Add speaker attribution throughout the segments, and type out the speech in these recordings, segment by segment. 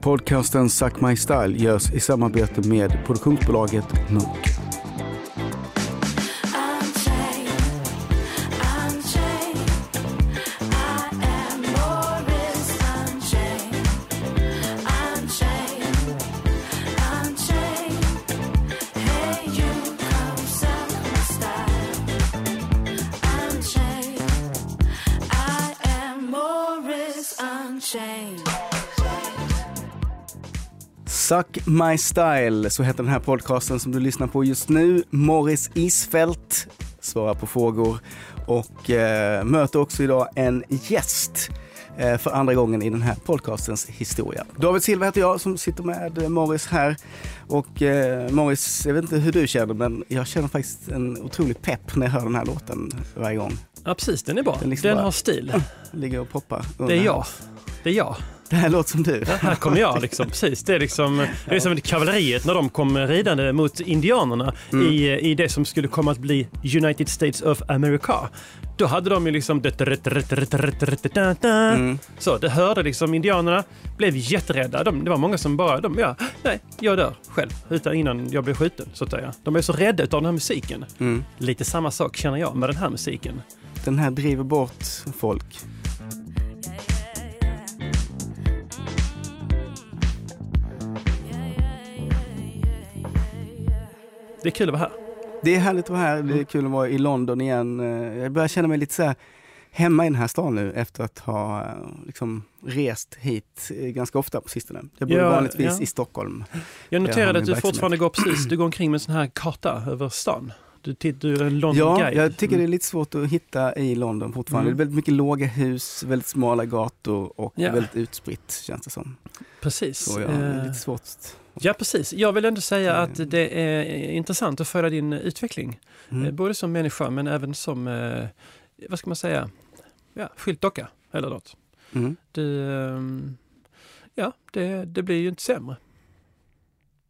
Speaker 1: Podcasten Suck My Style görs i samarbete med produktionsbolaget Munk. Suck My Style, så heter den här podcasten som du lyssnar på just nu. Morris Isfält svarar på frågor och eh, möter också idag en gäst eh, för andra gången i den här podcastens historia. David Silva heter jag som sitter med Morris här. Och eh, Morris, jag vet inte hur du känner, men jag känner faktiskt en otrolig pepp när jag hör den här låten varje gång.
Speaker 2: Ja, precis. Den är bra.
Speaker 1: Den
Speaker 2: Den,
Speaker 1: liksom bara-
Speaker 2: har stil.
Speaker 1: Ligger och poppar.
Speaker 2: Det
Speaker 1: under
Speaker 2: är
Speaker 1: här.
Speaker 2: jag. Det är jag.
Speaker 1: Det här låter som du.
Speaker 2: Här kommer jag liksom. Precis. Det är liksom, det är som kavalleriet när de kom ridande mot indianerna
Speaker 1: Mm.
Speaker 2: i, i det som skulle komma att bli United States of America. Då hade de ju liksom...
Speaker 1: Mm.
Speaker 2: Så det hörde liksom indianerna, blev jätterädda. De, det var många som bara, de, ja, nej, jag dör själv utan, innan jag blir skjuten. Så att säga. De är så rädda av den här musiken.
Speaker 1: Mm.
Speaker 2: Lite samma sak känner jag med den här musiken.
Speaker 1: Den här driver bort folk.
Speaker 2: Det är kul att vara här.
Speaker 1: Det är härligt att vara här.
Speaker 2: Mm.
Speaker 1: Det är kul att vara i London igen. Eh, Jag börjar känna mig lite så här hemma i den här stan nu efter att ha eh, liksom rest hit eh, ganska ofta på sistone. Jag bor
Speaker 2: Ja,
Speaker 1: vanligtvis
Speaker 2: ja.
Speaker 1: i Stockholm.
Speaker 2: Jag
Speaker 1: har
Speaker 2: noterade
Speaker 1: min
Speaker 2: att du
Speaker 1: verksamhet.
Speaker 2: fortfarande går precis, du går omkring med en sån här karta över stan. Du, titt- du är en London
Speaker 1: Ja,
Speaker 2: guide.
Speaker 1: jag tycker det
Speaker 2: Mm.
Speaker 1: är lite svårt att hitta i London fortfarande.
Speaker 2: Mm.
Speaker 1: Det är väldigt mycket låga hus, väldigt smala gator och
Speaker 2: Ja.
Speaker 1: väldigt utspritt känns det som.
Speaker 2: Mm. Precis.
Speaker 1: Så ja, det är
Speaker 2: Eh,
Speaker 1: lite svårt.
Speaker 2: ja, precis. Jag vill ändå säga
Speaker 1: Mm.
Speaker 2: att det är intressant att följa din utveckling. Eh,
Speaker 1: Mm.
Speaker 2: Både som människa men även som, eh, vad ska man säga, ja, skyltdocka eller något.
Speaker 1: Mm.
Speaker 2: Du, ehm, ja, det, det blir ju inte sämre.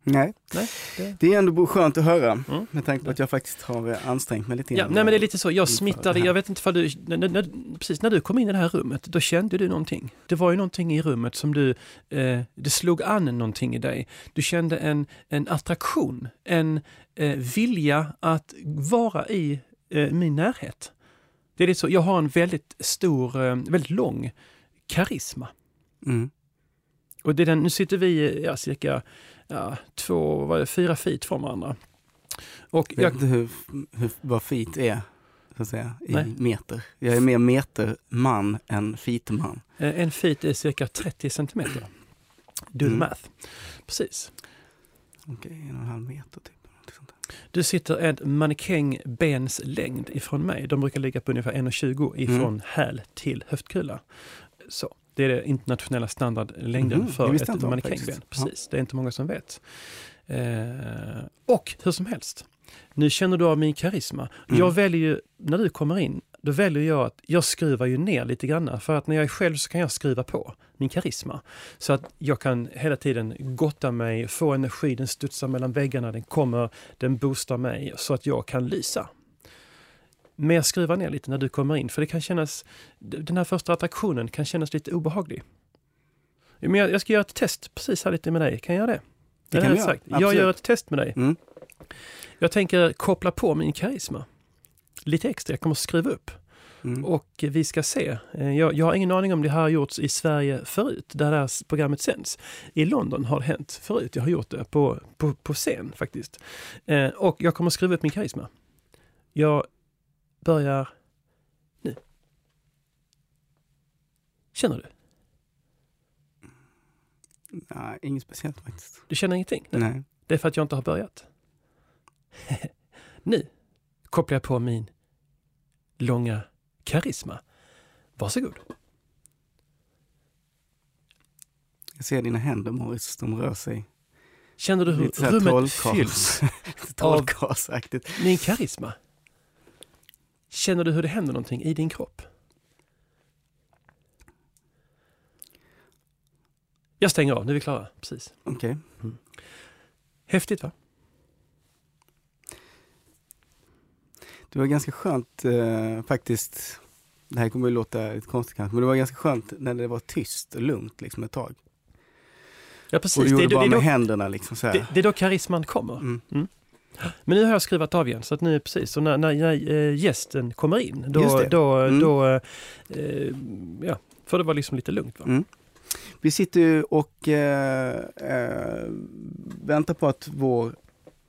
Speaker 1: Nej,
Speaker 2: Nej, det...
Speaker 1: det är ändå skönt att höra
Speaker 2: Mm.
Speaker 1: med tanke på att jag faktiskt har eh, ansträngt mig lite
Speaker 2: Ja,
Speaker 1: grann.
Speaker 2: nej men det är lite så, jag
Speaker 1: inför
Speaker 2: smittade,
Speaker 1: det här.
Speaker 2: jag vet inte för du, när, när- när, precis när du kom in i det här rummet, då kände du någonting. Det var ju någonting i rummet som du, eh, det slog an någonting i dig. Du kände en, en attraktion, en eh, vilja att vara i eh, min närhet. Det är lite så, jag har en väldigt stor, eh, väldigt lång karisma.
Speaker 1: Mm.
Speaker 2: Och det är den, nu sitter vi ja, cirka ja, två, vad är det, fyra feet från varandra. Och
Speaker 1: Jag
Speaker 2: jag,
Speaker 1: vet inte hur, hur, vad fit är, så att säga, i
Speaker 2: Nej.
Speaker 1: meter. Jag är mer meterman än fitman.
Speaker 2: Eh, En feet är cirka 30 centimeter. Do
Speaker 1: Mm.
Speaker 2: the math. Precis.
Speaker 1: Okej, en och en halv meter typ. någonting sånt där.
Speaker 2: Du sitter en mannekäng bens längd ifrån mig. De brukar ligga på ungefär 1,20 ifrån
Speaker 1: Mm.
Speaker 2: häl till höftkula. Så. Det är den internationella standardlängden
Speaker 1: Mhm, det
Speaker 2: för
Speaker 1: visste jag
Speaker 2: ett
Speaker 1: inte om
Speaker 2: mannekängben.
Speaker 1: faktiskt.
Speaker 2: Precis, det är inte många som vet. Eh, och hur som helst, nu känner du av min karisma.
Speaker 1: Mm.
Speaker 2: Jag väljer ju, när du kommer in, då väljer jag att jag skruvar ju ner lite grann. För att när jag är själv så kan jag skruva på min karisma. Så att jag kan hela tiden gotta mig, få energi, den studsar mellan väggarna, den kommer, den boostar mig så att jag kan lysa. Men jag skruvar ner lite när du kommer in, för det kan kännas, d- den här första attraktionen kan kännas lite obehaglig. Men jag, jag ska göra ett test precis här lite med dig, kan jag göra det?
Speaker 1: Det
Speaker 2: Eller
Speaker 1: kan du
Speaker 2: rätt
Speaker 1: göra,
Speaker 2: sagt, Jag
Speaker 1: absolut.
Speaker 2: gör ett test med dig.
Speaker 1: Mm.
Speaker 2: Jag tänker koppla på min karisma. Lite extra, jag kommer att skruva upp.
Speaker 1: Mm.
Speaker 2: Och vi ska se. Eh, Jag, jag har ingen aning om det här har gjorts i Sverige förut, där det här s- programmet sänds. I London har det hänt förut, jag har gjort det på, på, på scen faktiskt. Eh, Och jag kommer att skruva upp min karisma. Jag börjar nu. Känner du?
Speaker 1: Nej, inget speciellt faktiskt.
Speaker 2: Du känner ingenting?
Speaker 1: Nej.
Speaker 2: Det är för att jag inte har börjat. nu kopplar jag på min långa karisma. Varsågod.
Speaker 1: Jag ser dina händer Morris, de rör sig.
Speaker 2: Känner du hur
Speaker 1: Lite så här
Speaker 2: rummet
Speaker 1: trollkarl.
Speaker 2: fylls? Av-
Speaker 1: Trollkarlsaktigt.
Speaker 2: Din karisma. Känner du hur det händer någonting i din kropp? Jag stänger av, nu är vi klara. Precis. Mm.
Speaker 1: Okej.
Speaker 2: Häftigt va?
Speaker 1: Det var ganska skönt eh, faktiskt. Det här kommer ju låta lite konstigt kanske, men det var ganska skönt när det var tyst och lugnt liksom ett tag.
Speaker 2: Ja, precis.
Speaker 1: Och du
Speaker 2: det,
Speaker 1: gjorde
Speaker 2: är-
Speaker 1: det,
Speaker 2: det,
Speaker 1: bara
Speaker 2: är
Speaker 1: med
Speaker 2: då,
Speaker 1: händerna liksom så här.
Speaker 2: det, det är då karisman kommer.
Speaker 1: Mm.
Speaker 2: Men nu har jag skrivat av igen, så att nu är precis. Och när, när, när eh, gästen kommer in, då...
Speaker 1: Just det.
Speaker 2: då,
Speaker 1: Mm.
Speaker 2: då eh, eh, ja, för det var liksom lite lugnt. Va?
Speaker 1: Mm. Vi sitter ju och eh, eh, väntar på att vår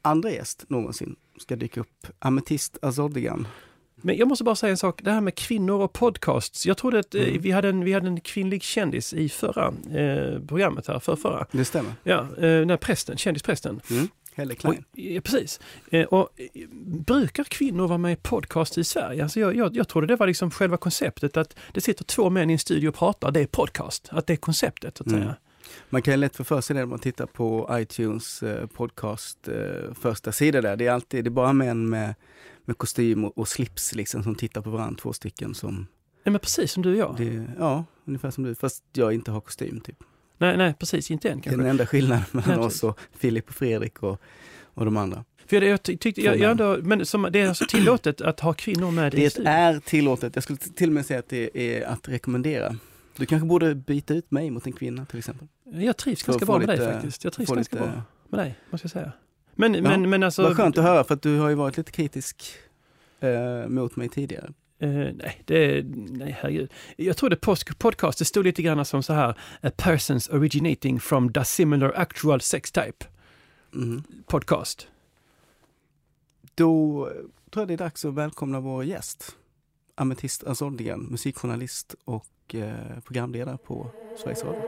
Speaker 1: andra gäst någonsin ska dyka upp, Ametist Azordigan.
Speaker 2: Men jag måste bara säga en sak, det här med kvinnor och podcasts. Jag trodde att eh,
Speaker 1: Mm.
Speaker 2: vi, hade en, vi hade en kvinnlig kändis i förra eh, programmet här, för förra.
Speaker 1: Det stämmer.
Speaker 2: Ja, eh, den här prästen, kändisprästen.
Speaker 1: Mm. Helle
Speaker 2: Och,
Speaker 1: Klein.
Speaker 2: ja, precis. Eh, och, eh, brukar kvinnor vara med i podcast i Sverige? Alltså jag, jag, jag trodde det var liksom själva konceptet att det sitter två män i en studio och pratar, det är podcast. Att det är konceptet, så att
Speaker 1: Mm.
Speaker 2: säga.
Speaker 1: Man kan ju lätt få för sig det när man tittar på iTunes eh, podcast eh, första sida där. Det är alltid, det är bara män med, med kostym och, och slips liksom som tittar på varandra, två stycken som,
Speaker 2: Nej, men precis som du och jag.
Speaker 1: det, ja, ungefär som du, fast jag inte har kostym typ.
Speaker 2: Nej, nej, precis, inte än
Speaker 1: Det är
Speaker 2: kanske.
Speaker 1: den enda skillnaden mellan
Speaker 2: Nej,
Speaker 1: oss och Filip och Fredrik och, och de andra.
Speaker 2: För jag, jag ty- tyckte, jag,
Speaker 1: Två
Speaker 2: jag ändå, men som, det är alltså tillåtet att ha kvinnor med i
Speaker 1: Det
Speaker 2: studion.
Speaker 1: är tillåtet. Jag skulle t- till och med säga att det är att rekommendera. Du kanske borde byta ut mig mot en kvinna till exempel.
Speaker 2: Jag trivs
Speaker 1: För att
Speaker 2: ganska
Speaker 1: få
Speaker 2: bra med dig
Speaker 1: lite-
Speaker 2: faktiskt. Jag trivs
Speaker 1: Få
Speaker 2: ganska
Speaker 1: lite-
Speaker 2: bra med dig, måste jag säga. Men, men, men alltså...
Speaker 1: Vad skönt att höra för att du har ju varit lite kritisk eh, mot mig tidigare.
Speaker 2: Eh, nej, det, nej, herregud. Jag trodde post- podcast, det stod lite grann som så här, a persons originating from the similar actual sex type
Speaker 1: Mhm.
Speaker 2: podcast.
Speaker 1: Då tror jag det är dags att välkomna vår gäst. Ametist Azordigan, musikjournalist och eh, programledare på Sveriges Radio.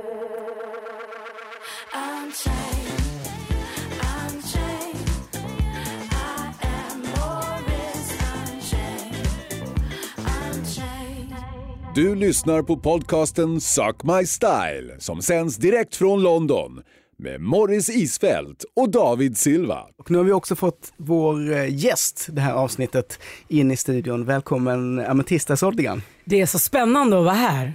Speaker 3: I'm chained. I'm chained. I am Morris. I'm chained. I'm chained.
Speaker 4: Du lyssnar på podcasten Suck My Style som sänds direkt från London med Morris Isfält och David Silva.
Speaker 1: Och nu har vi också fått vår eh, gäst det här avsnittet in i studion. Välkommen Ametist Azordigan.
Speaker 5: Det är så spännande att vara här.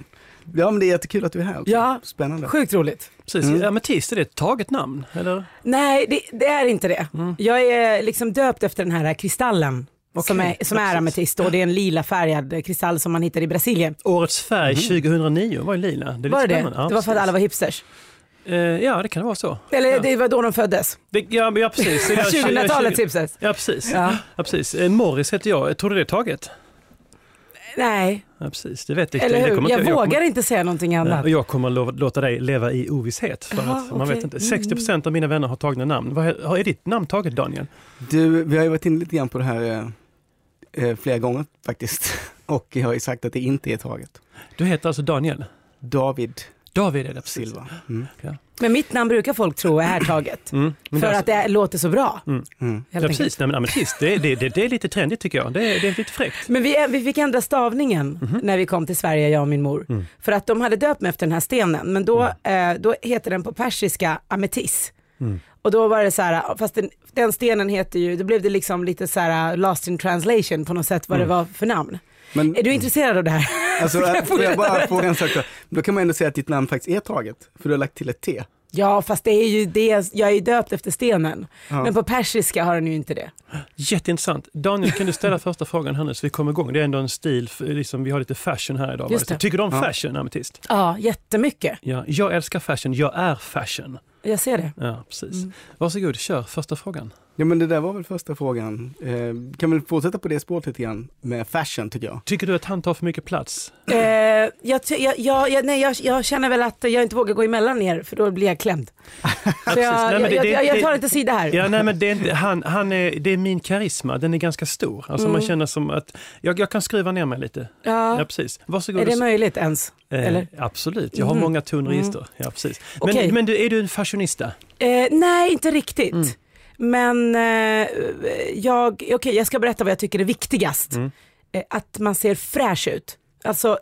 Speaker 1: Ja men det är jättekul att du är här. också.
Speaker 5: Ja.
Speaker 1: Spännande.
Speaker 5: Sjukt roligt.
Speaker 2: Precis, ametist, är det ett taget namn? Eller?
Speaker 5: Nej, det, det är inte det.
Speaker 2: Mm.
Speaker 5: Jag är liksom döpt efter den här kristallen. Som är, som
Speaker 2: ja,
Speaker 5: är
Speaker 2: precis.
Speaker 5: ametist och det är en lila färgad kristall som man hittar i Brasilien.
Speaker 2: Årets färg 2009 var ju lila. Det är
Speaker 5: Var
Speaker 2: lite
Speaker 5: det det?
Speaker 2: spännande. Ja,
Speaker 5: det var för att alla var hipsters.
Speaker 2: precis. Eh, ja, det kan vara så.
Speaker 5: Eller
Speaker 2: Ja.
Speaker 5: det var då de föddes.
Speaker 2: Det, ja, men ja, precis. Det är
Speaker 5: 2000-talets hipsters.
Speaker 2: Ja, precis. Ja.
Speaker 5: typ. Ja.
Speaker 2: precis. Eh, Morris heter jag. Tror du det är taget?
Speaker 5: Nej,
Speaker 2: Ja, precis. Det vet jag inte.
Speaker 5: eller
Speaker 2: Det
Speaker 5: hur?
Speaker 2: kommer
Speaker 5: Jag,
Speaker 2: inte-
Speaker 5: vågar inte säga någonting
Speaker 2: Nej,
Speaker 5: annat.
Speaker 2: Eh, Och jag kommer lo- låta dig leva i ovisshet. För
Speaker 5: Jaha,
Speaker 2: att man
Speaker 5: okej.
Speaker 2: vet inte. 60 procent av mina vänner har tagna namn. Vad är, har- är ditt namn taget Daniel?
Speaker 1: Du, vi har ju varit inne lite grann på det här eh, eh, flera gånger faktiskt. Och jag har ju sagt att det inte är taget.
Speaker 2: Du heter alltså Daniel?
Speaker 1: David
Speaker 2: David är det precis.
Speaker 1: Silva. Mm.
Speaker 5: Men mitt namn brukar folk tro är härtaget.
Speaker 2: Mm, men
Speaker 5: För
Speaker 2: det är
Speaker 5: att det låter så bra.
Speaker 1: Mm.
Speaker 2: alltså, ja,
Speaker 5: Helt enkelt.
Speaker 2: precis. Nej, men ametist, det, är- det, det, det är lite trendigt tycker jag. Det, är- det är lite fräckt.
Speaker 5: Men vi, vi fick ändra stavningen när vi kom till Sverige, jag och min mor. För att de hade döpt mig efter den här stenen, men då, eh, då heter den på persiska ametis. Och då var det så här, fast den, den stenen heter ju, då blev det liksom lite så här lost in translation på något sätt vad det var för namn.
Speaker 1: Men
Speaker 5: Är du intresserad av det här?
Speaker 1: alltså,
Speaker 5: jag
Speaker 1: får jag
Speaker 5: fortsätta
Speaker 1: bara
Speaker 5: berätta?
Speaker 1: fråga en sak då? Då kan man ändå säga att ditt namn faktiskt är taget, för du har lagt till ett T.
Speaker 5: Ja, fast det är ju det, jag är ju döpt efter stenen.
Speaker 1: Ja.
Speaker 5: Men på persiska har den ju inte det.
Speaker 2: Jätteintressant. Daniel, kan du ställa första frågan här nu så vi kommer igång? Det är ändå en stil, f- liksom, vi har lite fashion här idag. va?
Speaker 5: Just det.
Speaker 2: Tycker du om
Speaker 1: Ja.
Speaker 2: fashion, ametist?
Speaker 5: Ja, jättemycket.
Speaker 2: Ja, jag älskar fashion, jag är fashion.
Speaker 5: Jag ser det.
Speaker 2: Ja, precis.
Speaker 5: Mm.
Speaker 2: Varsågod, kör första frågan.
Speaker 1: Ja men det där var väl första frågan. Eh, kan väl fortsätta på det spåret lite grann med fashion tycker jag.
Speaker 2: Tycker du att han tar för mycket plats?
Speaker 5: Eh, jag, ty- jag, jag, jag, nej, jag, jag känner väl att jag inte vågar gå emellan er för då blir jag klämd. Så
Speaker 2: precis. Nej, men
Speaker 5: jag, jag,
Speaker 2: det-
Speaker 5: jag,
Speaker 2: det-
Speaker 5: jag, jag tar
Speaker 2: det-
Speaker 5: inte sida här.
Speaker 2: Ja, nej, men det är, inte, han, han är, det är min karisma, den är ganska stor. Alltså man känner som att jag, jag kan skruva ner mig lite. Ja,
Speaker 5: Mm. Ja.
Speaker 2: precis. Varsågod.
Speaker 5: Är det
Speaker 2: och-
Speaker 5: möjligt ens?
Speaker 2: eh,
Speaker 5: eller?
Speaker 2: Absolut, jag har
Speaker 5: Mhm.
Speaker 2: många tonregister. Ja, precis. Men,
Speaker 5: Okej.
Speaker 2: men du, är du en fashionista?
Speaker 5: Eh, nej, inte riktigt.
Speaker 2: Mm.
Speaker 5: Men eh, jag, okej, jag ska berätta vad jag tycker är viktigast.
Speaker 2: Mm.
Speaker 5: Eh, att man ser fräsch ut. Alltså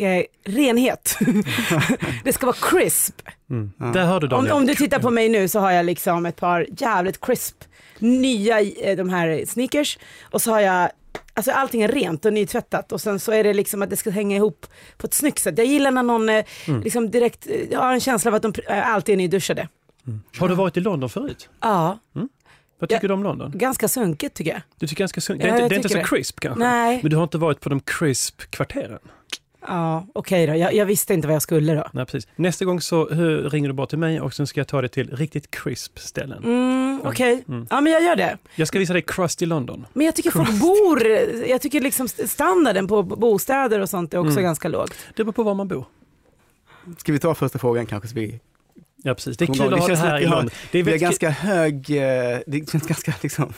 Speaker 5: eh, renhet. det ska vara crisp.
Speaker 2: Där hör du
Speaker 5: Om,
Speaker 2: Daniel.
Speaker 5: om du tittar på mig nu så har jag liksom ett par jävligt crisp nya eh, de här sneakers och så har jag Alltså allting är rent och nytvättat och sen så är det liksom att det ska hänga ihop på ett snyggt sätt. Jag gillar när någon eh,
Speaker 2: Mm.
Speaker 5: liksom direkt, eh, jag har en känsla av att de pr- eh, alltid är nyduschade.
Speaker 2: Har du varit i London förut?
Speaker 5: Ja,
Speaker 2: Vad
Speaker 5: Ja.
Speaker 2: tycker du om London?
Speaker 5: ganska sunkigt tycker jag.
Speaker 2: Du tycker ganska sunt. Det
Speaker 5: Ja,
Speaker 2: är inte,
Speaker 5: jag
Speaker 2: det är inte så
Speaker 5: tycker det.
Speaker 2: crisp kanske?
Speaker 5: Nej.
Speaker 2: Men du har inte varit på de crisp kvarteren?
Speaker 5: Ja, okej då. Jag, jag visste inte vad jag skulle då.
Speaker 2: Nej, precis. Nästa gång så hur, ringer du bara till mig och sen ska jag ta dig till riktigt crisp ställen.
Speaker 5: Mm, okej.
Speaker 2: Mm.
Speaker 5: Ja, men jag gör det.
Speaker 2: Jag ska visa dig Crusty London.
Speaker 5: Men jag tycker folk bor, jag tycker liksom st- standarden på b- bostäder och sånt är också
Speaker 2: Mm.
Speaker 5: ganska låg.
Speaker 2: Det beror på var man bor.
Speaker 1: Ska vi ta första frågan kanske? Så vi,
Speaker 2: Ja, precis. Det är
Speaker 1: Kom
Speaker 2: kul
Speaker 1: igång,
Speaker 2: att
Speaker 1: det
Speaker 2: ha det
Speaker 1: känns som
Speaker 2: här
Speaker 1: att
Speaker 2: i
Speaker 1: vi har-
Speaker 2: London. Det är
Speaker 1: vi har
Speaker 2: väldigt ganska...
Speaker 1: ganska hög, eh, det känns ganska liksom,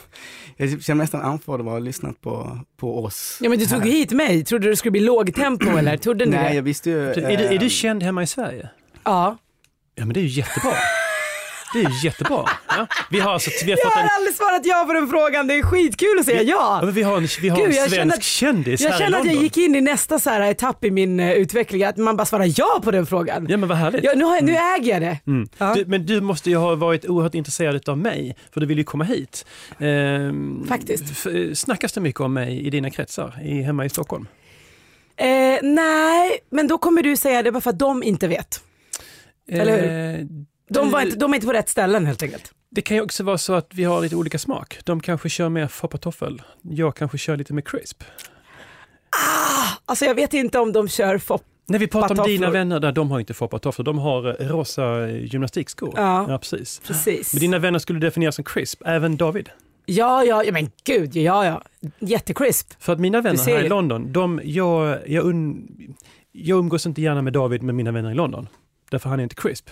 Speaker 1: jag känner mig nästan andfådd av att ha lyssnat på, på oss.
Speaker 5: Ja men du tog
Speaker 1: här.
Speaker 5: ju hit mig, trodde du det skulle bli lågtempo eller? Trodde ni
Speaker 1: Nej,
Speaker 5: det?
Speaker 1: jag visste ju.
Speaker 2: Typ, Är du, är
Speaker 1: eh,
Speaker 2: du känd hemma i Sverige?
Speaker 5: Ja.
Speaker 2: Ehm. Ja, men det är ju jättebra. Det är ju jättebra. Ja. Vi har alltså, vi har
Speaker 5: Jag
Speaker 2: fått en...
Speaker 5: har aldrig svarat ja på den frågan, det är skitkul att säga
Speaker 2: Ja,
Speaker 5: ja.
Speaker 2: men vi har en, vi har
Speaker 5: Gud,
Speaker 2: en
Speaker 5: jag
Speaker 2: svensk
Speaker 5: känner att-
Speaker 2: kändis
Speaker 5: Jag
Speaker 2: här i
Speaker 5: känner att
Speaker 2: London.
Speaker 5: jag gick in i nästa så här etapp i min eh, utveckling, att man bara svarar ja på den frågan.
Speaker 2: Ja, men vad härligt.
Speaker 5: Ja, nu, har jag, nu äger jag det. Ja.
Speaker 2: Du, men du måste ju ha varit oerhört intresserad av mig, för du vill ju komma hit. Ehm,
Speaker 5: Faktiskt.
Speaker 2: f- snackas det mycket om mig i dina kretsar i, hemma i Stockholm?
Speaker 5: Eh, nej, men då kommer du säga det bara för att de inte vet. Eller
Speaker 2: hur?
Speaker 5: De, var inte, de är inte på rätt ställen helt enkelt.
Speaker 2: Eh, Det kan ju också vara så att vi har lite olika smak. De kanske kör mer foppatoffel. Jag kanske kör lite mer crisp.
Speaker 5: Alltså jag vet inte om de kör fop.
Speaker 2: När vi pratar om
Speaker 5: Patofflor.
Speaker 2: dina vänner, där de har inte foppatofflor, de har eh, rosa eh, gymnastikskor.
Speaker 5: Ja.
Speaker 2: precis.
Speaker 5: Precis.
Speaker 2: Men dina vänner skulle definieras som crisp, även David.
Speaker 5: Ja, ja, ja, men gud, ja, ja. Jättecrisp.
Speaker 2: För att mina vänner
Speaker 5: ser
Speaker 2: här i
Speaker 5: ju.
Speaker 2: London, de, jag, jag, un, jag umgås inte gärna med David med mina vänner i London. Därför han är inte crisp.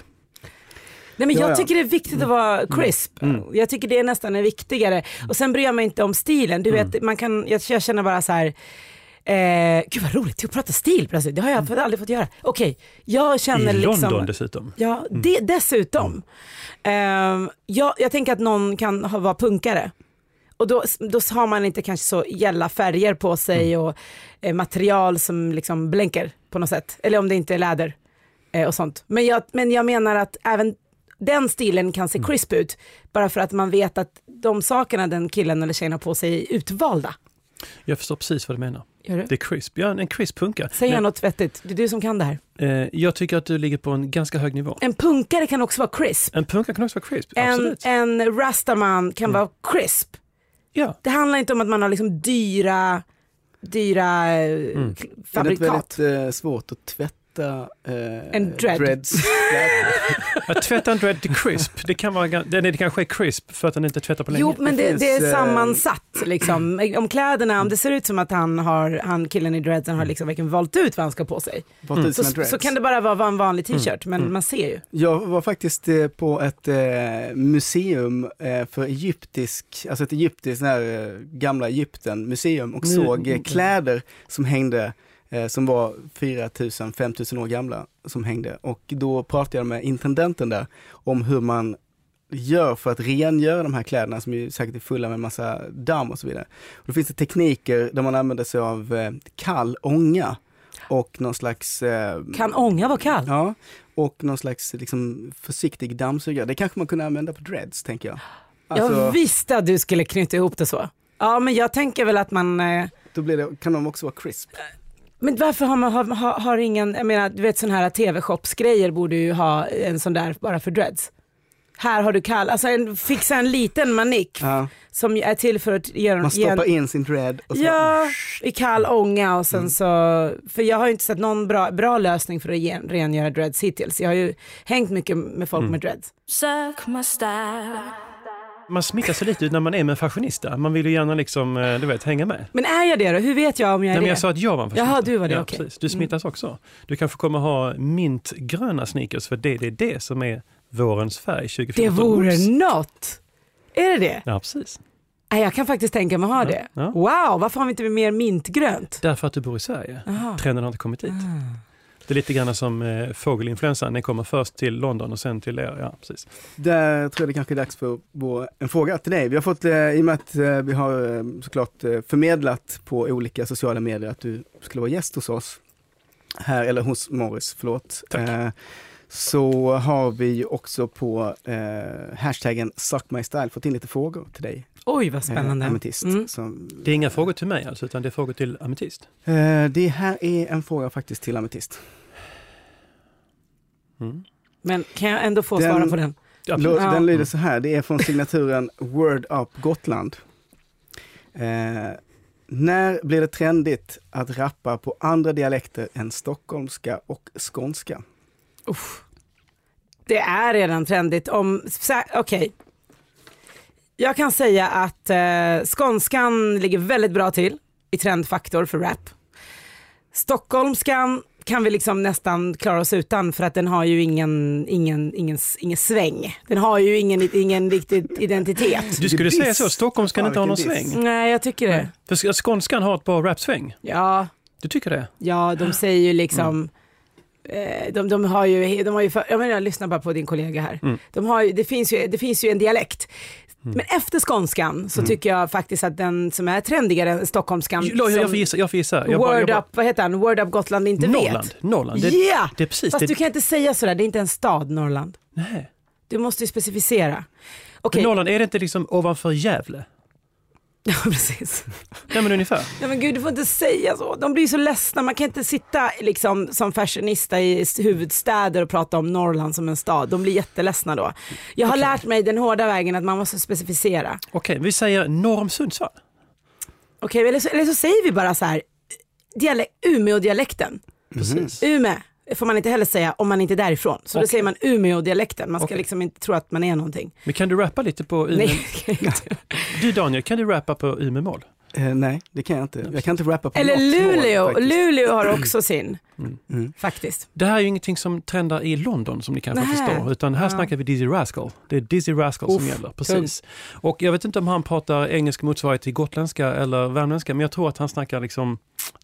Speaker 5: Nej, men
Speaker 1: Ja,
Speaker 5: jag
Speaker 1: ja.
Speaker 5: tycker det är viktigt att vara crisp. Jag tycker det är nästan är viktigare. Och sen bryr jag mig inte om stilen. Du vet, man kan, jag, jag känner bara så här, eh, gud vad roligt att prata stil plötsligt. Det har jag aldrig fått göra. Okej, jag
Speaker 2: I
Speaker 5: känner liksom...
Speaker 2: London dessutom.
Speaker 5: Ja, det, dessutom. Ehm, jag, jag tänker att någon kan ha, vara punkare. Och då, då har man inte kanske så gälla färger på sig och eh, material som liksom blänker på något sätt. Eller om det inte är läder eh, och sånt. Men jag, men jag menar att även den stilen kan se crisp ut. Bara för att man vet att de sakerna den killen eller tjejen har på sig är utvalda.
Speaker 2: Jag förstår precis vad du menar.
Speaker 5: Gör du?
Speaker 2: Det är crisp. Ja, en crisp punka.
Speaker 5: Säg jag något vettigt, det är du som kan det här.
Speaker 2: Men, eh, jag tycker att du ligger på en ganska hög nivå.
Speaker 5: En punkare kan också vara crisp.
Speaker 2: En punka kan också vara crisp.
Speaker 5: En,
Speaker 2: Absolut.
Speaker 5: en rastaman kan vara crisp.
Speaker 2: Ja.
Speaker 5: Det handlar inte om att man har liksom dyra, dyra eh, k-
Speaker 1: Är Mm. det inte
Speaker 5: fabrikat.
Speaker 1: väldigt eh, svårt att tvätta eh,
Speaker 5: En dread.
Speaker 1: dreads?
Speaker 2: Att tvätta en dread till crisp, det, kan vara, gan- det, det kanske är crisp för att den inte tvättar på länge.
Speaker 5: Jo men det,
Speaker 1: finns,
Speaker 5: det är
Speaker 1: eh,
Speaker 5: sammansatt liksom. Om kläderna, om det ser ut som att han, har, han killen i dreadsen har liksom verkligen valt ut vad han ska ha på sig.
Speaker 1: Bort Mm. ut
Speaker 5: Mm. Så,
Speaker 1: sina dreads. Mm.
Speaker 5: så kan det bara vara vara en vanlig t-shirt men man ser ju.
Speaker 1: Jag var faktiskt eh, på ett eh, museum eh, för egyptisk, alltså ett egyptiskt, sån här, eh, gamla Egypten museum och
Speaker 2: Nu-
Speaker 1: såg eh, kläder som hängde, eh, som var 4000-5000 år gamla, som hängde. Och då pratade jag med intendenten där om hur man gör för att rengöra de här kläderna som ju säkert är fulla med massa damm och så vidare. Och då finns det tekniker där man använder sig av eh, kall ånga och någon slags eh,
Speaker 5: Kan ånga vara kall?
Speaker 1: Ja, och någon slags liksom, försiktig dammsugare. Det kanske man kunde använda på dreads, tänker jag.
Speaker 5: Jag
Speaker 1: Alltså,
Speaker 5: visste att du skulle knyta ihop det så. Ja men jag tänker väl att man eh,
Speaker 1: då blir det, kan de också vara crisp.
Speaker 5: men varför har man har, har, har ingen, jag menar du vet sådana här tv-shopsgrejer borde ju ha en sån där bara för dreads. Här har du kall, alltså en, fixa en liten manick
Speaker 1: Ja,
Speaker 5: som är till för att ge dem...
Speaker 1: man
Speaker 5: ge en-
Speaker 1: stoppar in sin dread och så
Speaker 5: Ja, i kall ånga och
Speaker 1: Mm.
Speaker 5: sen så, för jag har ju inte sett någon bra, bra lösning för att gen- rengöra dreads hittills. Jag har ju hängt mycket med
Speaker 1: Mm.
Speaker 5: folk med dreads.
Speaker 3: Suck my style.
Speaker 2: Man smittar sig lite när man är med en fashionista. Man vill ju gärna liksom, eh, du vet, hänga med.
Speaker 5: Men är jag det då? Hur vet jag om jag är
Speaker 2: Nej, men
Speaker 5: det?
Speaker 2: jag sa att jag var en
Speaker 5: Jaha,
Speaker 2: fascist.
Speaker 5: du var det,
Speaker 2: ja,
Speaker 5: okej. Mm.
Speaker 2: precis. Du smittas också. Du kanske kommer ha mintgröna sneakers för det, det är det som är vårens färg 2014.
Speaker 5: Det vore
Speaker 2: Oops.
Speaker 5: något. Är det det?
Speaker 2: Ja, precis.
Speaker 5: Nej, jag kan faktiskt tänka mig att ha det.
Speaker 2: ja.
Speaker 5: Wow, varför har vi inte mer mintgrönt? Ah.
Speaker 2: Därför att du bor i Sverige. Trenden har inte kommit dit. Det är lite grann som eh, fågelinfluensan, den kommer först till London och sen till er. Ja, precis.
Speaker 1: Där tror jag det kanske är dags för vår, en fråga till dig. Vi har fått, eh, i och med att eh, vi har eh, såklart eh, förmedlat på olika sociala medier att du skulle vara gäst hos oss, här, eller hos Morris, förlåt. Eh, så har vi ju också på eh, hashtaggen suckmystyle fått in lite frågor till dig.
Speaker 5: Oj, vad
Speaker 1: Eh,
Speaker 5: spännande.
Speaker 1: ametist.
Speaker 5: Mm.
Speaker 1: Som,
Speaker 2: Det är inga frågor till mig alltså, utan det är frågor till Ametist.
Speaker 1: eh, det här är en fråga faktiskt till ametist.
Speaker 2: Mm.
Speaker 5: Men kan jag ändå få
Speaker 1: Den-
Speaker 5: svara på den?
Speaker 1: Lå-
Speaker 2: Absolut.
Speaker 5: Ja.
Speaker 1: Den lyder så här, det är från signaturen Word Up Gotland. Eh, När blir det trendigt att rappa på andra dialekter än stockholmska och skånska?
Speaker 5: Det är redan trendigt om, sä- okej. Jag kan säga att eh, skånskan ligger väldigt bra till i trendfaktor för rap. Stockholmskan kan vi liksom nästan klara oss utan för att den har ju ingen, ingen, ingen, ingen sväng. Den har ju ingen, ingen riktigt identitet.
Speaker 2: Du skulle
Speaker 1: diss.
Speaker 2: säga så, Stockholm ska
Speaker 1: Ja,
Speaker 2: inte ha någon
Speaker 1: vilken diss.
Speaker 2: sväng.
Speaker 5: Nej jag tycker det.
Speaker 2: För sk- skånskan har ett bra rapsväng.
Speaker 5: Ja,
Speaker 2: Du tycker det?
Speaker 5: ja de säger ju liksom eh, de, de har ju, de har ju för, jag menar, jag lyssnar bara på din kollega här.
Speaker 2: Mm.
Speaker 5: De har ju, det, finns ju, det finns ju en dialekt. Men efter skånskan
Speaker 2: Mm.
Speaker 5: så tycker jag faktiskt att den som är trendigare än stockholmskan,
Speaker 2: Jag, jag, jag får
Speaker 5: som
Speaker 2: gissa. Jag får gissa. Jag bara- jag
Speaker 5: Word
Speaker 2: bara-
Speaker 5: Up, vad heter han, Word Up Gotland inte
Speaker 2: Norrland.
Speaker 5: vet.
Speaker 2: Norrland. Det,
Speaker 5: Ja!
Speaker 2: det är precis.
Speaker 5: Fast
Speaker 2: det,
Speaker 5: du kan inte säga sådär, det är inte en stad Norrland.
Speaker 2: nej.
Speaker 5: Du måste ju specificera.
Speaker 2: Men
Speaker 5: Okej,
Speaker 2: Norrland, är det inte liksom ovanför Gävle?
Speaker 5: ja precis.
Speaker 2: Nej men ungefär.
Speaker 5: Nej men gud du får inte säga så. De blir ju så ledsna. Man kan inte sitta liksom, som fashionista i s- huvudstäder och prata om Norrland som en stad. De blir jätteledsna då. Jag har lärt mig den hårda vägen att man måste specificera.
Speaker 2: Okej, vi säger norr om Sundsvall.
Speaker 5: Okej, eller, så, eller så säger vi bara så här, dialek, Umeå-dialekten.
Speaker 2: Precis.
Speaker 5: Ume får man inte heller säga om man inte är därifrån. Så då
Speaker 2: Okej.
Speaker 5: säger man Umeå-dialekten. Man ska
Speaker 2: Okej.
Speaker 5: liksom inte tro att man är någonting.
Speaker 2: Men kan du rappa lite på Umeå?
Speaker 5: Nej.
Speaker 2: Du Daniel, kan du rappa på Umeåmål?
Speaker 1: Eh, nej, det kan jag inte. Jag kan inte rappa på
Speaker 5: eller
Speaker 1: något mål,
Speaker 5: Luleå.
Speaker 1: faktiskt.
Speaker 5: Luleå har också sin.
Speaker 1: Mm.
Speaker 5: Faktiskt.
Speaker 2: Det här är ju ingenting som trendar i London som ni kanske
Speaker 5: Nej.
Speaker 2: förstår, utan här
Speaker 5: Ja.
Speaker 2: snackar vi Dizzy Rascal. Det är Dizzy Rascal som
Speaker 5: Uff,
Speaker 2: gäller, precis. Och jag vet inte om han pratar engelsk motsvarighet till gotländska eller värmländska, men jag tror att han snackar liksom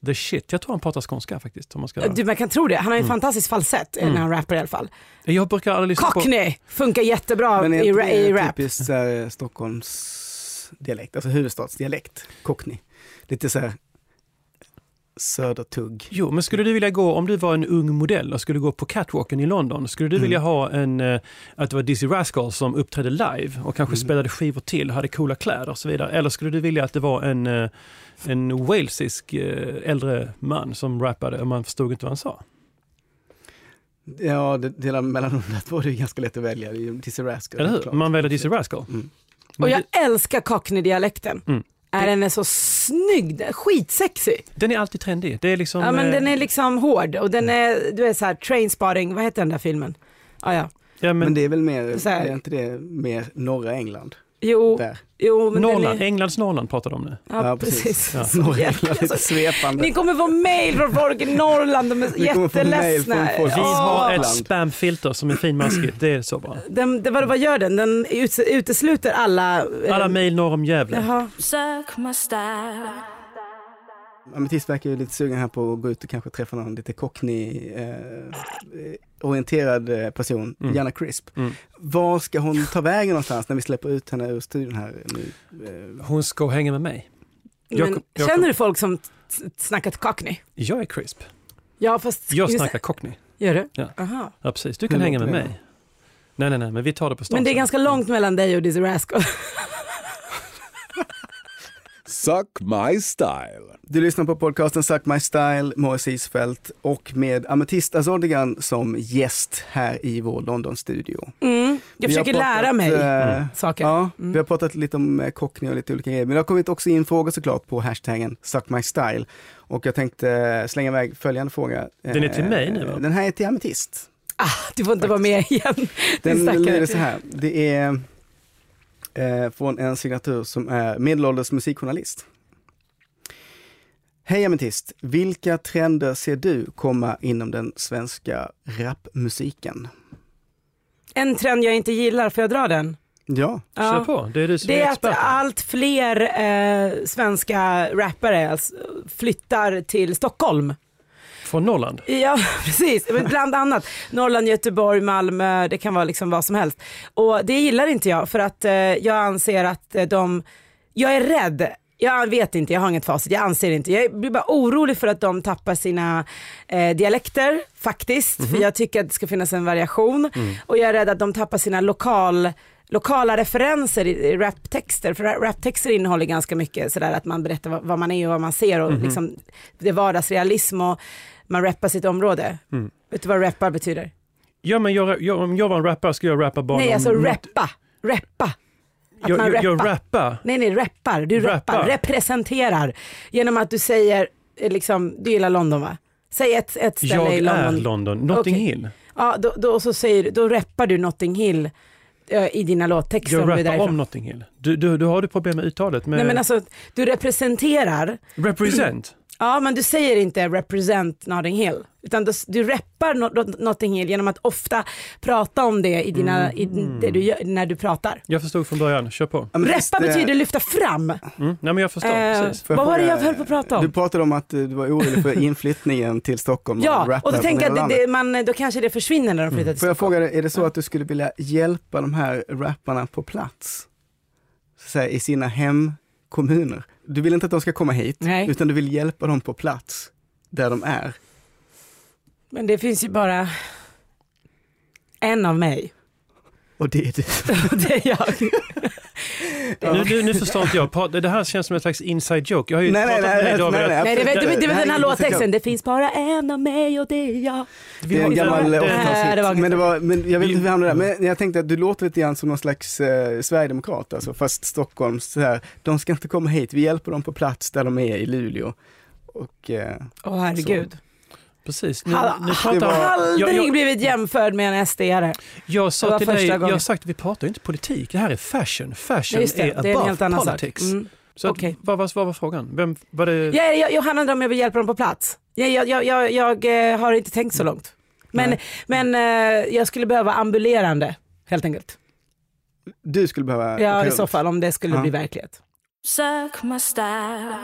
Speaker 2: the shit. Jag tror han pratar skånska faktiskt. Om man ska...
Speaker 5: Du, man kan tro det. Han har ju
Speaker 2: Mm.
Speaker 5: fantastiskt falsett eh, när han rappar i alla fall.
Speaker 2: Jag brukar aldrig lyssna på...
Speaker 5: Cockney funkar jättebra
Speaker 1: Men är typ
Speaker 5: i,
Speaker 1: inte
Speaker 5: ra- i
Speaker 1: det
Speaker 5: rap.
Speaker 1: typiskt så här, Stockholmsdialekt, alltså huvudstadsdialekt, cockney? Lite så här södertugg.
Speaker 2: Jo, men skulle du vilja gå, om du var en ung modell och skulle gå på catwalken i London, skulle du
Speaker 1: Mm.
Speaker 2: vilja ha en, eh, att det var Dizzy Rascal som uppträdde live och kanske
Speaker 1: Mm.
Speaker 2: spelade skivor till, hade coola kläder och så vidare? Eller skulle du vilja att det var en, eh, en walesisk eh, äldre man som rappade och man förstod inte vad han sa?
Speaker 1: Ja, det, det där mellanundet var det ju ganska lätt att välja. Det är ju Dizzy Rascal.
Speaker 2: Eller
Speaker 1: det är
Speaker 2: hur?
Speaker 1: klart.
Speaker 2: Man väljer Dizzy Rascal.
Speaker 1: Mm.
Speaker 2: Men
Speaker 5: Och jag
Speaker 2: det-
Speaker 5: älskar cockney-dialekten.
Speaker 2: Mm.
Speaker 5: Är den är så snygg, den är skitsexy.
Speaker 2: Den är alltid trendig. Det är liksom...
Speaker 5: ja men
Speaker 2: eh,
Speaker 5: den är liksom hård och den är, du är såhär trainspotting, vad heter den där filmen? Ja ja,
Speaker 2: eh, ja,
Speaker 1: Men,
Speaker 2: men
Speaker 1: det är väl mer,
Speaker 5: Så här-
Speaker 1: är inte det mer norra England?
Speaker 5: jo,
Speaker 1: Där.
Speaker 5: jo men
Speaker 2: Norrland,
Speaker 5: den är,
Speaker 2: Englands Norrland pratar de nu.
Speaker 5: ja, precis.
Speaker 1: Norra
Speaker 5: Jäklar,
Speaker 1: England, lite
Speaker 5: alltså,
Speaker 1: svepande.
Speaker 5: Ni kommer få mail från folk i Norrland, de är
Speaker 1: Ni kommer få mail från
Speaker 5: jätteledsna.
Speaker 1: folk i
Speaker 2: Vi har
Speaker 5: Ja.
Speaker 2: ett
Speaker 1: Norrland.
Speaker 2: spamfilter som är finmaskigt, det är så bara.
Speaker 5: Den, det, vad, vad gör den? Den ut- utesluter alla... eh,
Speaker 2: Alla mejl norr om Gävle.
Speaker 5: Jaha.
Speaker 3: Sök mig stark.
Speaker 1: Ametist verkar ju lite sugen här på att gå ut och kanske träffa någon lite cockney-orienterad eh, person,
Speaker 2: Mm.
Speaker 1: gärna crisp.
Speaker 2: Mm.
Speaker 1: Var ska hon ta vägen någonstans när vi släpper ut henne ur studion här nu? Eh,
Speaker 2: Hon ska hänga med mig. Jag
Speaker 5: Men,
Speaker 2: kom- jag kom-
Speaker 5: känner du folk som t- t- snackat cockney?
Speaker 2: Jag är crisp.
Speaker 5: Ja fast...
Speaker 2: Jag
Speaker 5: just-
Speaker 2: snackar cockney.
Speaker 5: Gör du?
Speaker 2: Ja.
Speaker 5: Aha.
Speaker 2: Ja, precis. Du kan
Speaker 1: Hur
Speaker 2: hänga med
Speaker 1: låter det
Speaker 2: mig. Nej, nej, nej, men vi tar det på stan
Speaker 5: Men det är
Speaker 2: sen.
Speaker 5: ganska långt mellan dig och Dizzy Rascal.
Speaker 4: Suck My Style.
Speaker 1: Du lyssnar på podcasten Suck My Style, Morris Isfält och med Ametist Azordigan som gäst här i vår London-studio.
Speaker 5: Mm. Jag
Speaker 1: Vi har
Speaker 5: försöker
Speaker 1: pratat,
Speaker 5: lära mig
Speaker 1: eh,
Speaker 5: saker.
Speaker 1: Ja,
Speaker 5: Mm.
Speaker 1: vi har pratat lite om eh, Cockney och lite olika grejer, men det har kommit också in frågor såklart på hashtaggen suckmystyle. Och jag tänkte eh, slänga iväg följande fråga.
Speaker 2: Den är till
Speaker 1: Eh,
Speaker 2: mig nu, va?
Speaker 1: Den här är till Ametist.
Speaker 5: Ah, Du får inte vara med igen.
Speaker 1: Den
Speaker 5: Stackare.
Speaker 1: lyder så här, det är eh, från en signatur som är medelålders musikjournalist. Hej Ametist, vilka trender ser du komma inom den svenska rapmusiken?
Speaker 5: En trend jag inte gillar, får jag dra den?
Speaker 1: Ja,
Speaker 2: Kör på, det är du som
Speaker 5: Det
Speaker 2: är
Speaker 5: är att
Speaker 2: expert.
Speaker 5: allt fler eh, svenska rappare alltså, flyttar till Stockholm.
Speaker 2: Från Norrland.
Speaker 5: Ja, precis. Men bland annat Norrland, Göteborg, Malmö, det kan vara liksom vad som helst. Och det gillar inte jag för att eh, jag anser att eh, de, jag är rädd. Jag vet inte, jag har inget facit, jag anser inte. Jag blir bara orolig för att de tappar sina eh, dialekter faktiskt. För jag tycker att det ska finnas en variation. Och jag är rädd att de tappar sina lokal lokala referenser i- i raptexter, för ra- raptexter innehåller ganska mycket sådär att man berättar vad, vad man är och vad man ser och liksom det är vardagsrealism och man rappar sitt område.
Speaker 2: Mm.
Speaker 5: Vet du vad rappar betyder?
Speaker 2: Ja, men jag, jag, om jag var en rappare skulle jag rappa bara
Speaker 5: Nej,
Speaker 2: om
Speaker 5: alltså
Speaker 2: något-
Speaker 5: rappa, rappa. Att
Speaker 2: Jag,
Speaker 5: man
Speaker 2: jag, jag
Speaker 5: rappar.
Speaker 2: rappar.
Speaker 5: Nej, nej, rappar. Du
Speaker 2: Rappar.
Speaker 5: rappar. representerar. Genom att du säger, eh, liksom, du gillar London va? Säg ett, ett ställe
Speaker 2: Jag
Speaker 5: i
Speaker 2: är
Speaker 5: London.
Speaker 2: London, Notting
Speaker 5: Okej.
Speaker 2: Hill.
Speaker 5: ja, då, då, och så säger, du- då rappar du Notting Hill eh, i dina låttexter.
Speaker 2: Jag
Speaker 5: du är
Speaker 2: rappar
Speaker 5: därifrån.
Speaker 2: om Notting Hill. Du, du, du har du problem med uttalet? Med
Speaker 5: Nej men alltså, du representerar,
Speaker 2: represent?
Speaker 5: ja men du säger inte represent Notting Hill. Utan du, du rappar Not- Notting Hill genom att ofta prata om det i dina, i det du gör, när du pratar.
Speaker 2: Jag förstod från början, kör på.
Speaker 1: Ja, men visst,
Speaker 5: Rappa
Speaker 1: det-
Speaker 5: betyder lyfta fram.
Speaker 2: Mm. Nej men jag förstår,
Speaker 5: Eh,
Speaker 2: precis.
Speaker 1: Får
Speaker 5: vad var det
Speaker 1: fråga,
Speaker 5: jag höll på att prata om?
Speaker 1: Du pratade om att eh, du var orolig för inflyttningen till Stockholm. och
Speaker 5: Ja,
Speaker 1: rappare
Speaker 5: och då
Speaker 1: från
Speaker 5: tänker
Speaker 1: hela
Speaker 5: jag att det,
Speaker 1: landet. Mm.
Speaker 5: det, man, då kanske det försvinner när de flyttar till
Speaker 1: Får jag
Speaker 5: Stockholm.
Speaker 1: fråga dig, är det så att du skulle vilja hjälpa de här rapparna på plats? Så att säga, I sina hemkommuner? Du vill inte att de ska komma hit,
Speaker 5: Nej.
Speaker 1: utan du vill hjälpa dem på plats, där de är.
Speaker 5: Men det finns ju bara en av mig.
Speaker 1: Och det är du.
Speaker 5: det är jag.
Speaker 2: Nu, nu, nu förstår inte jag. Pra- Det här känns som en slags inside joke. Jag har ju
Speaker 1: Nej, nej,
Speaker 2: pratat
Speaker 1: nej,
Speaker 2: med dig
Speaker 1: nej,
Speaker 2: David.
Speaker 1: nej,
Speaker 5: Nej, det var, det, var- det
Speaker 1: Det
Speaker 5: var
Speaker 1: här
Speaker 5: den
Speaker 1: är
Speaker 5: här
Speaker 1: inte
Speaker 5: låttexten.
Speaker 1: säkert.
Speaker 5: Det finns bara en av mig och det är jag.
Speaker 1: Det är en gammal
Speaker 2: det-
Speaker 1: 80-talshit.
Speaker 5: det var-
Speaker 1: men, det var, men jag vet inte hur vi hamnade där.
Speaker 2: Mm.
Speaker 1: Men jag tänkte att du låter lite grann som någon slags eh, sverigedemokrat, alltså, fast Stockholms, så här, de ska inte komma hit, vi hjälper dem på plats där de är i Luleå. Och, eh,
Speaker 5: Åh herregud.
Speaker 2: Precis. Nu,
Speaker 5: Jag
Speaker 2: nu pratar
Speaker 1: det var-
Speaker 2: jag,
Speaker 5: aldrig
Speaker 2: jag,
Speaker 5: blivit jämförd med en SD-are.
Speaker 2: jag
Speaker 5: det
Speaker 2: sa
Speaker 5: var
Speaker 2: till dig,
Speaker 5: första
Speaker 2: jag
Speaker 5: gången.
Speaker 2: har sagt att vi pratar ju inte politik. Det här är fashion. Fashion
Speaker 5: Ja, just det,
Speaker 2: är
Speaker 5: det är en helt
Speaker 2: above
Speaker 5: annan
Speaker 2: politics.
Speaker 5: sak. Mm.
Speaker 2: Så att,
Speaker 5: Okej.
Speaker 2: vad, var, vad var frågan? Vem, var det...
Speaker 5: Ja, jag, jag handlar om jag vill hjälpa dem på plats. Jag, jag, jag, jag, jag eh, har inte tänkt så
Speaker 2: Mm.
Speaker 5: långt. Men, men eh, jag skulle behöva ambulerande helt enkelt.
Speaker 1: du skulle behöva...
Speaker 5: Ja,
Speaker 1: åka
Speaker 5: i så
Speaker 1: runt.
Speaker 5: fall om det skulle
Speaker 1: Ja.
Speaker 5: bli verklighet.
Speaker 3: Sök my style.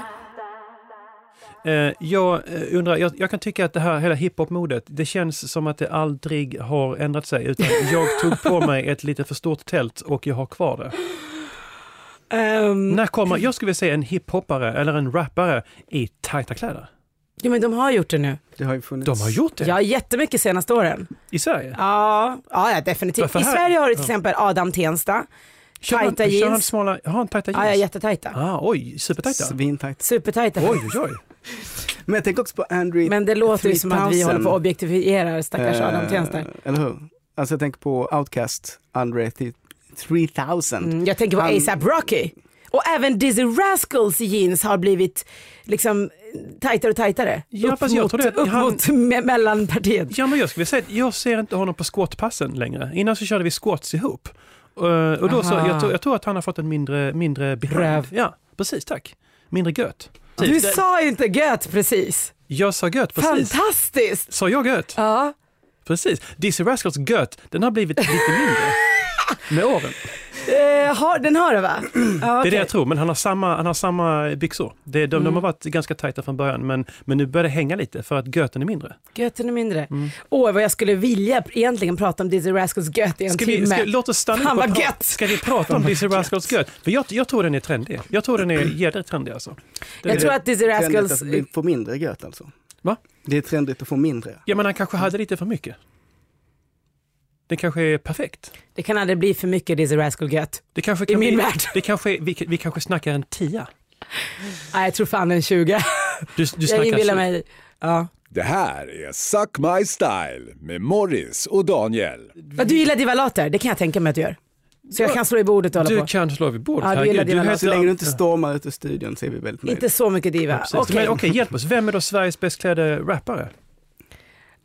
Speaker 2: Eh, jag eh, undrar, jag, jag kan tycka att det här hela hiphop-modet, det känns som att det aldrig har ändrat sig utan jag tog på mig ett lite för stort tält och jag har kvar det.
Speaker 5: Mm. Ehm,
Speaker 2: När kommer, jag skulle vilja se en hiphoppare eller en rappare i tajta kläder.
Speaker 5: ja, men de har gjort det nu.
Speaker 1: Det har ju funnits...
Speaker 2: De har gjort det
Speaker 5: Ja, jättemycket senaste åren.
Speaker 2: i Sverige.
Speaker 5: Ja, ja ja, definitivt.
Speaker 2: Varför
Speaker 5: I
Speaker 2: här?
Speaker 5: Sverige har du till
Speaker 2: Ja.
Speaker 5: exempel Adam Tensta.
Speaker 2: Kör han-
Speaker 5: tajta
Speaker 2: Kör han
Speaker 5: jeans.
Speaker 2: smala, har han tajta
Speaker 5: Ja, ja,
Speaker 2: jeans?
Speaker 5: jättetajta.
Speaker 2: ah, oj, supertajta.
Speaker 1: Svintajt.
Speaker 5: Supertajta.
Speaker 2: Oj, oj, oj.
Speaker 1: Men jag tänker också på Andrew
Speaker 5: Men det låter ju som att vi
Speaker 1: 3000.
Speaker 5: håller på och objektifierar stackars
Speaker 2: Eh,
Speaker 5: Adam Tensta.
Speaker 1: eh, Eller hur? Alltså jag tänker på Outcast, Andre 3000.
Speaker 5: Mm, jag tänker på
Speaker 1: han-
Speaker 5: ASAP Rocky. Och även Dizzy Rascals jeans har blivit liksom tajtare och tajtare.
Speaker 2: Ja,
Speaker 5: upp
Speaker 2: fast jag
Speaker 5: mot,
Speaker 2: trodde att
Speaker 5: upp
Speaker 2: han-
Speaker 5: mot me- mellanpartiet.
Speaker 2: Ja, men jag skulle vilja säga att jag ser inte honom på squatpassen längre. Innan så körde vi squats ihop. Eh, och då så,
Speaker 5: Aha.
Speaker 2: jag, tror, jag tror att han har fått en mindre, mindre behind.
Speaker 5: Röv.
Speaker 2: Ja, precis, tack. Mindre göt.
Speaker 5: Du
Speaker 2: Precis, det-
Speaker 5: sa ju inte gött precis.
Speaker 2: Jag sa göt, typ. precis.
Speaker 5: Fantastiskt!
Speaker 2: Sa jag göt?
Speaker 5: Ja.
Speaker 2: Precis. Dizzy Rascals göt, den har blivit lite mindre med åren.
Speaker 5: Eh, har, den har det va? Ja,
Speaker 2: Det är det
Speaker 5: okej. Mm.
Speaker 2: jag tror, men han har samma, han har samma byxor. Det, de, de har varit ganska tajta från början, men, men nu börjar det hänga lite för att göten är mindre.
Speaker 5: Göten är mindre.
Speaker 2: Mm.
Speaker 5: Åh, vad jag skulle vilja egentligen prata om Dizzy Rascals gött i en
Speaker 2: Ska vi,
Speaker 5: timme.
Speaker 2: ska, låt oss stanna
Speaker 5: Fan,
Speaker 2: upp och
Speaker 5: vad
Speaker 2: pra-
Speaker 5: gött!
Speaker 2: Ska vi prata om Dizzy Rascals göt? För jag, jag tror den är trendig. Jag tror den är jädrigt trendig alltså. Den
Speaker 5: jag
Speaker 2: är-
Speaker 5: tror att Dizzy
Speaker 1: Trendigt
Speaker 5: Rascals...
Speaker 1: att bli- få mindre gött alltså.
Speaker 2: Va?
Speaker 1: Det är trendigt att få mindre.
Speaker 2: Ja, men han kanske hade lite för mycket. Den kanske är perfekt.
Speaker 5: Det kan aldrig bli för mycket Dizzy Rascal gött.
Speaker 2: Det kanske
Speaker 5: I min
Speaker 2: vi,
Speaker 5: värld.
Speaker 2: Det kanske, vi, vi kanske snackar en tia.
Speaker 5: Nej, jag tror fan en 20.
Speaker 2: Du, du
Speaker 5: jag
Speaker 2: snackar alltså-
Speaker 5: inbillar
Speaker 2: så-
Speaker 5: mig... Ja.
Speaker 4: Det här är Suck My Style med Morris och Daniel.
Speaker 5: Ja, Du gillar divalater, det kan jag tänka mig att du gör. Så jag kan slå i bordet och hålla
Speaker 2: Du
Speaker 5: på.
Speaker 2: kan slå vid bordet.
Speaker 5: Ja, du
Speaker 2: herregud.
Speaker 5: gillar dina
Speaker 2: heter-
Speaker 1: Alltså, Så länge du inte stormar ut ur studion så är vi väldigt nöjda.
Speaker 5: Inte så mycket diva.
Speaker 2: Precis.
Speaker 5: Okej.
Speaker 2: Men okej, hjälp oss. Vem är då Sveriges bäst klädde rappare?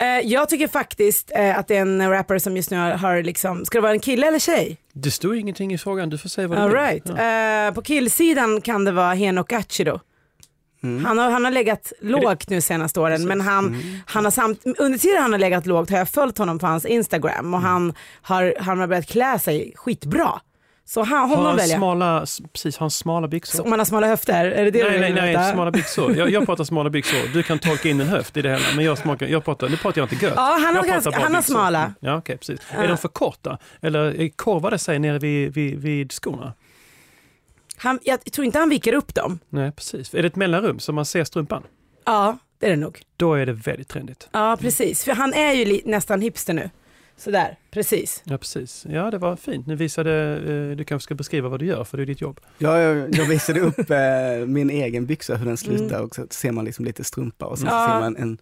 Speaker 5: Eh, jag tycker faktiskt eh, att det är en rappare som just nu har, har liksom, ska det vara en kille eller tjej?
Speaker 2: Det står ju ingenting i frågan, du får säga vad du
Speaker 5: All
Speaker 2: vill.
Speaker 5: right.
Speaker 2: Ja.
Speaker 5: Eh, på killsidan kan det vara Henok Achido.
Speaker 2: Mm.
Speaker 5: Han, har, han har legat lågt nu senaste åren men han, han har samt, under tiden han har legat lågt har jag följt honom på hans Instagram
Speaker 2: Mm.
Speaker 5: och han, har, han har börjat klä sig skitbra. Så han,
Speaker 2: Har
Speaker 5: honom
Speaker 2: han
Speaker 5: väljer jag.
Speaker 2: smala, s- precis, har han smala byxor?
Speaker 5: Så Om man har smala höfter, är det det du
Speaker 2: nej, nej,
Speaker 5: vill
Speaker 2: nej,
Speaker 5: veta?
Speaker 2: smala byxor. Jag, jag pratar smala byxor. Du kan tolka in en höft i det hela, men jag, smakar, jag pratar, nu pratar jag inte gött.
Speaker 5: Ja, han har
Speaker 2: jag pratar
Speaker 5: ganska-
Speaker 2: bara
Speaker 5: han har
Speaker 2: byxor.
Speaker 5: smala.
Speaker 2: Mm. Ja, okej, precis. Är de för korta? Eller eh, korvar det sig nere vid, vid, vid skorna?
Speaker 5: Han, jag tror inte han viker upp dem.
Speaker 2: Nej, precis. Är det ett mellanrum så man ser strumpan?
Speaker 5: Ja, det är det nog.
Speaker 2: Då är det väldigt trendigt.
Speaker 5: Ja, precis. För han är ju li- nästan hipster nu. Sådär, precis.
Speaker 2: Ja, precis. Ja, det var fint. Nu visade, eh, du kanske ska beskriva vad du gör, för det är ditt jobb.
Speaker 1: Ja, jag, jag visade upp eh, min egen byxa, hur den slutar och så ser man liksom lite strumpa och sen så
Speaker 5: Mm. Ja.
Speaker 1: ser man en,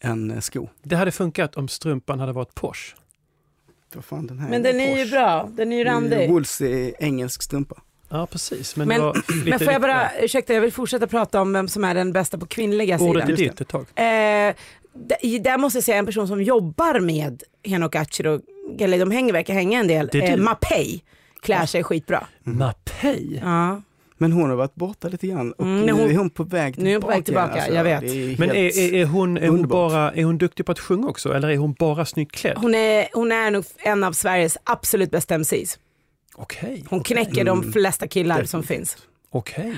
Speaker 1: en eh, sko.
Speaker 2: Det hade funkat om strumpan hade varit Porsche.
Speaker 1: Vad fan den här
Speaker 5: Men den är ju
Speaker 1: Porsche.
Speaker 5: bra, den är ju randig.
Speaker 1: Wolves är eh, engelsk strumpa.
Speaker 2: Ja, precis. Men,
Speaker 5: Men-
Speaker 2: det var
Speaker 5: Men
Speaker 2: lite-
Speaker 5: får jag bara, ursäkta jag vill fortsätta prata om vem som är den bästa på kvinnliga
Speaker 2: Ordet
Speaker 5: sidan.
Speaker 2: är ditt ett tag.
Speaker 5: Eh, d- i- där måste jag säga en person som jobbar med Henok Acher och eller de hänger, verkar hänga en del.
Speaker 2: Det är
Speaker 5: Eh,
Speaker 2: du.
Speaker 5: Mapei klär sig skitbra.
Speaker 2: Mapei.
Speaker 5: Ja.
Speaker 1: Men hon har varit borta lite grann och
Speaker 5: Mm, men
Speaker 1: nu
Speaker 5: hon-
Speaker 1: är hon på väg tillbaka. alltså.
Speaker 5: Nu är hon på väg tillbaka, jag vet.
Speaker 1: det är
Speaker 2: Men
Speaker 1: helt-
Speaker 2: är, är, är, hon, är, hon
Speaker 1: underbart.
Speaker 2: bara, är hon duktig på att sjunga också eller är hon bara snyggt klädd?
Speaker 5: Hon, är, hon är nog en av Sveriges absolut bästa MCs.
Speaker 2: Okej,
Speaker 5: Hon knäcker de
Speaker 1: Mm.
Speaker 5: flesta killar som
Speaker 1: Definitivt.
Speaker 5: finns.
Speaker 2: okej.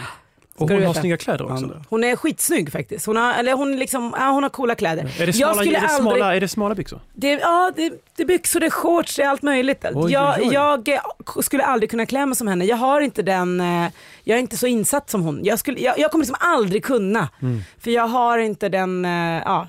Speaker 5: Ska
Speaker 2: Och
Speaker 5: du
Speaker 2: hon har
Speaker 5: veta?
Speaker 2: snygga kläder också.
Speaker 1: Andra.
Speaker 5: Hon är skitsnygg faktiskt. Hon har, eller hon liksom, ja, hon har coola kläder.
Speaker 2: Är det,
Speaker 5: jag
Speaker 2: smala, är,
Speaker 5: skulle
Speaker 2: det smala,
Speaker 5: aldrig,
Speaker 2: är det smala byxor?
Speaker 5: det, ja, det, det är byxor, det är shorts, det är allt möjligt.
Speaker 2: oj,
Speaker 5: jag,
Speaker 2: oj.
Speaker 5: jag eh, k- skulle aldrig kunna klä mig som henne. Jag har inte den, eh, jag är inte så insatt som hon. Jag, skulle, jag, jag kommer liksom aldrig kunna.
Speaker 2: Mm.
Speaker 5: För jag har inte den, eh, ja,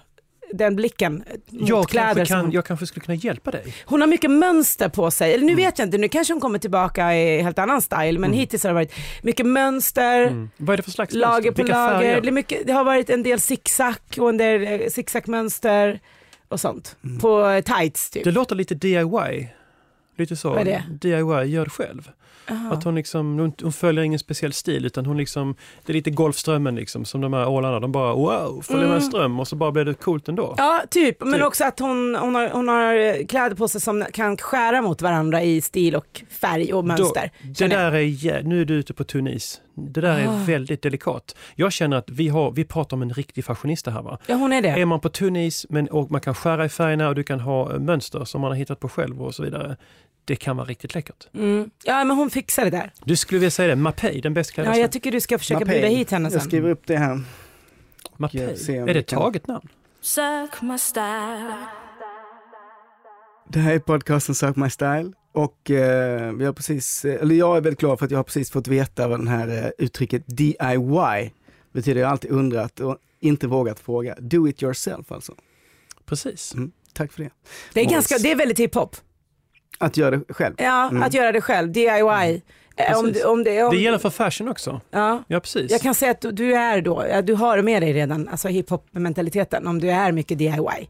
Speaker 5: den blicken eh, mot
Speaker 2: Jag
Speaker 5: kläder.
Speaker 2: kanske,
Speaker 5: Som
Speaker 2: kan,
Speaker 5: hon,
Speaker 2: jag kanske skulle kunna hjälpa dig.
Speaker 5: hon har mycket mönster på sig. Eller nu vet jag inte, nu kanske hon kommer tillbaka i helt annan style. Men hittills har det varit mycket mönster.
Speaker 2: Mm. Vad är det för slags
Speaker 5: Eh, lager
Speaker 2: mönster?
Speaker 5: på
Speaker 2: Vilka
Speaker 5: lager.
Speaker 2: färger?
Speaker 5: Det, är mycket, det har varit en del zigzag och en del eh, zigzagmönster och sånt.
Speaker 2: Mm.
Speaker 5: På eh, tights typ.
Speaker 2: Det låter lite DIY. Lite så.
Speaker 5: Vad är det?
Speaker 2: DIY, gör det själv.
Speaker 5: Jaha.
Speaker 2: Att hon, liksom, hon, hon följer ingen speciell stil utan hon liksom, det är lite Golfströmmen liksom, som de här ålarna, de bara wow, följer med en
Speaker 5: Mm.
Speaker 2: ström och så bara blir det coolt ändå.
Speaker 5: Ja, typ. Men
Speaker 2: Typ.
Speaker 5: också att hon, hon, har, hon har eh, kläder på sig som kan skära mot varandra i stil och färg och mönster.
Speaker 2: det
Speaker 5: känner jag.
Speaker 2: där är, jä- nu är du ute på tunn is. Det där är
Speaker 5: Ah.
Speaker 2: väldigt delikat. Jag känner att vi, har, vi pratar om en riktig fashionista här va?
Speaker 5: Ja, hon är det.
Speaker 2: Är man på tunn is men, och man kan skära i färgerna och du kan ha eh, mönster som man har hittat på själv och så vidare. Det kan vara riktigt läckert.
Speaker 5: Mm. Ja, men hon fixar det där.
Speaker 2: Du skulle vilja säga det, Mapei, den bäst klädda
Speaker 5: Ja, jag
Speaker 2: svensk-
Speaker 5: tycker du ska försöka
Speaker 1: Mapei.
Speaker 5: bjuda hit henne
Speaker 1: Jag
Speaker 5: sen.
Speaker 1: skriver upp det här.
Speaker 2: Mapei.
Speaker 1: Jag ser om
Speaker 2: Är
Speaker 1: vi
Speaker 2: det ett
Speaker 1: kan-
Speaker 2: taget namn?
Speaker 3: Sök my style.
Speaker 1: Det här är podcasten Sök My Style och eh, vi har precis, eh, eller jag är väldigt glad för att jag har precis fått veta vad den här eh, uttrycket DIY betyder. Jag har alltid undrat och inte vågat fråga. Do it yourself alltså.
Speaker 2: Precis.
Speaker 1: Mm. Tack för det.
Speaker 5: Det är,
Speaker 1: Morris.
Speaker 5: ganska, det är väldigt hiphop.
Speaker 1: Att göra det själv.
Speaker 5: Ja,
Speaker 1: Mm.
Speaker 5: att göra det själv. DIY. Eh, Om,
Speaker 2: Precis.
Speaker 5: om det, om,
Speaker 2: Det gäller för fashion också.
Speaker 5: ja.
Speaker 2: Ja, precis.
Speaker 5: Jag kan säga att du, du är då, ja, du har det med dig redan, alltså hiphop-mentaliteten, om du är mycket DIY.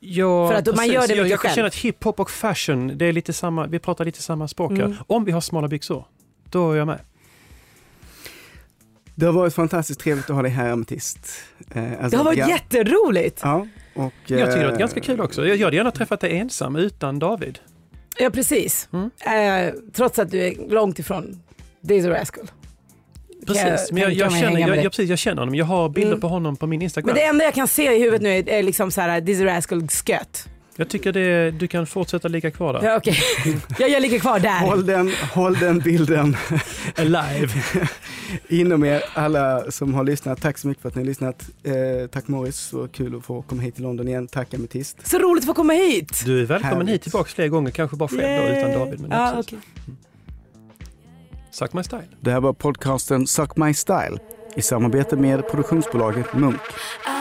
Speaker 2: Ja,
Speaker 5: För att man
Speaker 2: precis.
Speaker 5: gör det
Speaker 2: jag, jag
Speaker 5: mycket
Speaker 2: kan
Speaker 5: själv.
Speaker 2: känna att hiphop och fashion, det är lite samma, vi pratar lite samma språk
Speaker 5: Mm.
Speaker 2: här. Om vi har smala byxor, då är jag med.
Speaker 1: Det har varit fantastiskt trevligt att ha dig här ametist. Eh, alltså,
Speaker 5: Det har varit
Speaker 1: ja.
Speaker 5: jätteroligt.
Speaker 1: Ja, och,
Speaker 2: Jag tycker det har
Speaker 1: eh,
Speaker 2: varit ganska kul också. Jag jag hade gärna träffat dig ensam utan David.
Speaker 5: Ja, precis.
Speaker 2: Mm.
Speaker 5: Eh, trots att du är långt ifrån Daisy Rascal.
Speaker 2: Precis, men jag,
Speaker 5: tänka
Speaker 2: jag,
Speaker 5: mig
Speaker 2: känner,
Speaker 5: hänga
Speaker 2: jag,
Speaker 5: med
Speaker 2: jag,
Speaker 5: dig.
Speaker 2: precis, jag känner honom. Jag har bilder
Speaker 5: Mm.
Speaker 2: på honom på min Instagram.
Speaker 5: Men det enda jag kan se i huvudet nu är, är liksom så här Dizzy Rascal sköt.
Speaker 2: Jag tycker det, du kan fortsätta ligga kvar där.
Speaker 5: Ja, okej. jag, jag ligger kvar där.
Speaker 1: Håll den, håll den bilden
Speaker 2: Alive.
Speaker 1: inom er, alla som har lyssnat. Tack så mycket för att ni har lyssnat. Eh, tack Morris, så kul att få komma hit till London igen. Tack Ametist.
Speaker 5: Så roligt att få komma hit.
Speaker 2: Du är välkommen
Speaker 1: Härligt.
Speaker 2: hit tillbaka fler gånger, kanske bara själv då, utan David. Men
Speaker 5: ja,
Speaker 2: precis.
Speaker 5: okej.
Speaker 2: Suck my style.
Speaker 1: Det här var podcasten Suck My Style i samarbete med produktionsbolaget Munk.
Speaker 3: I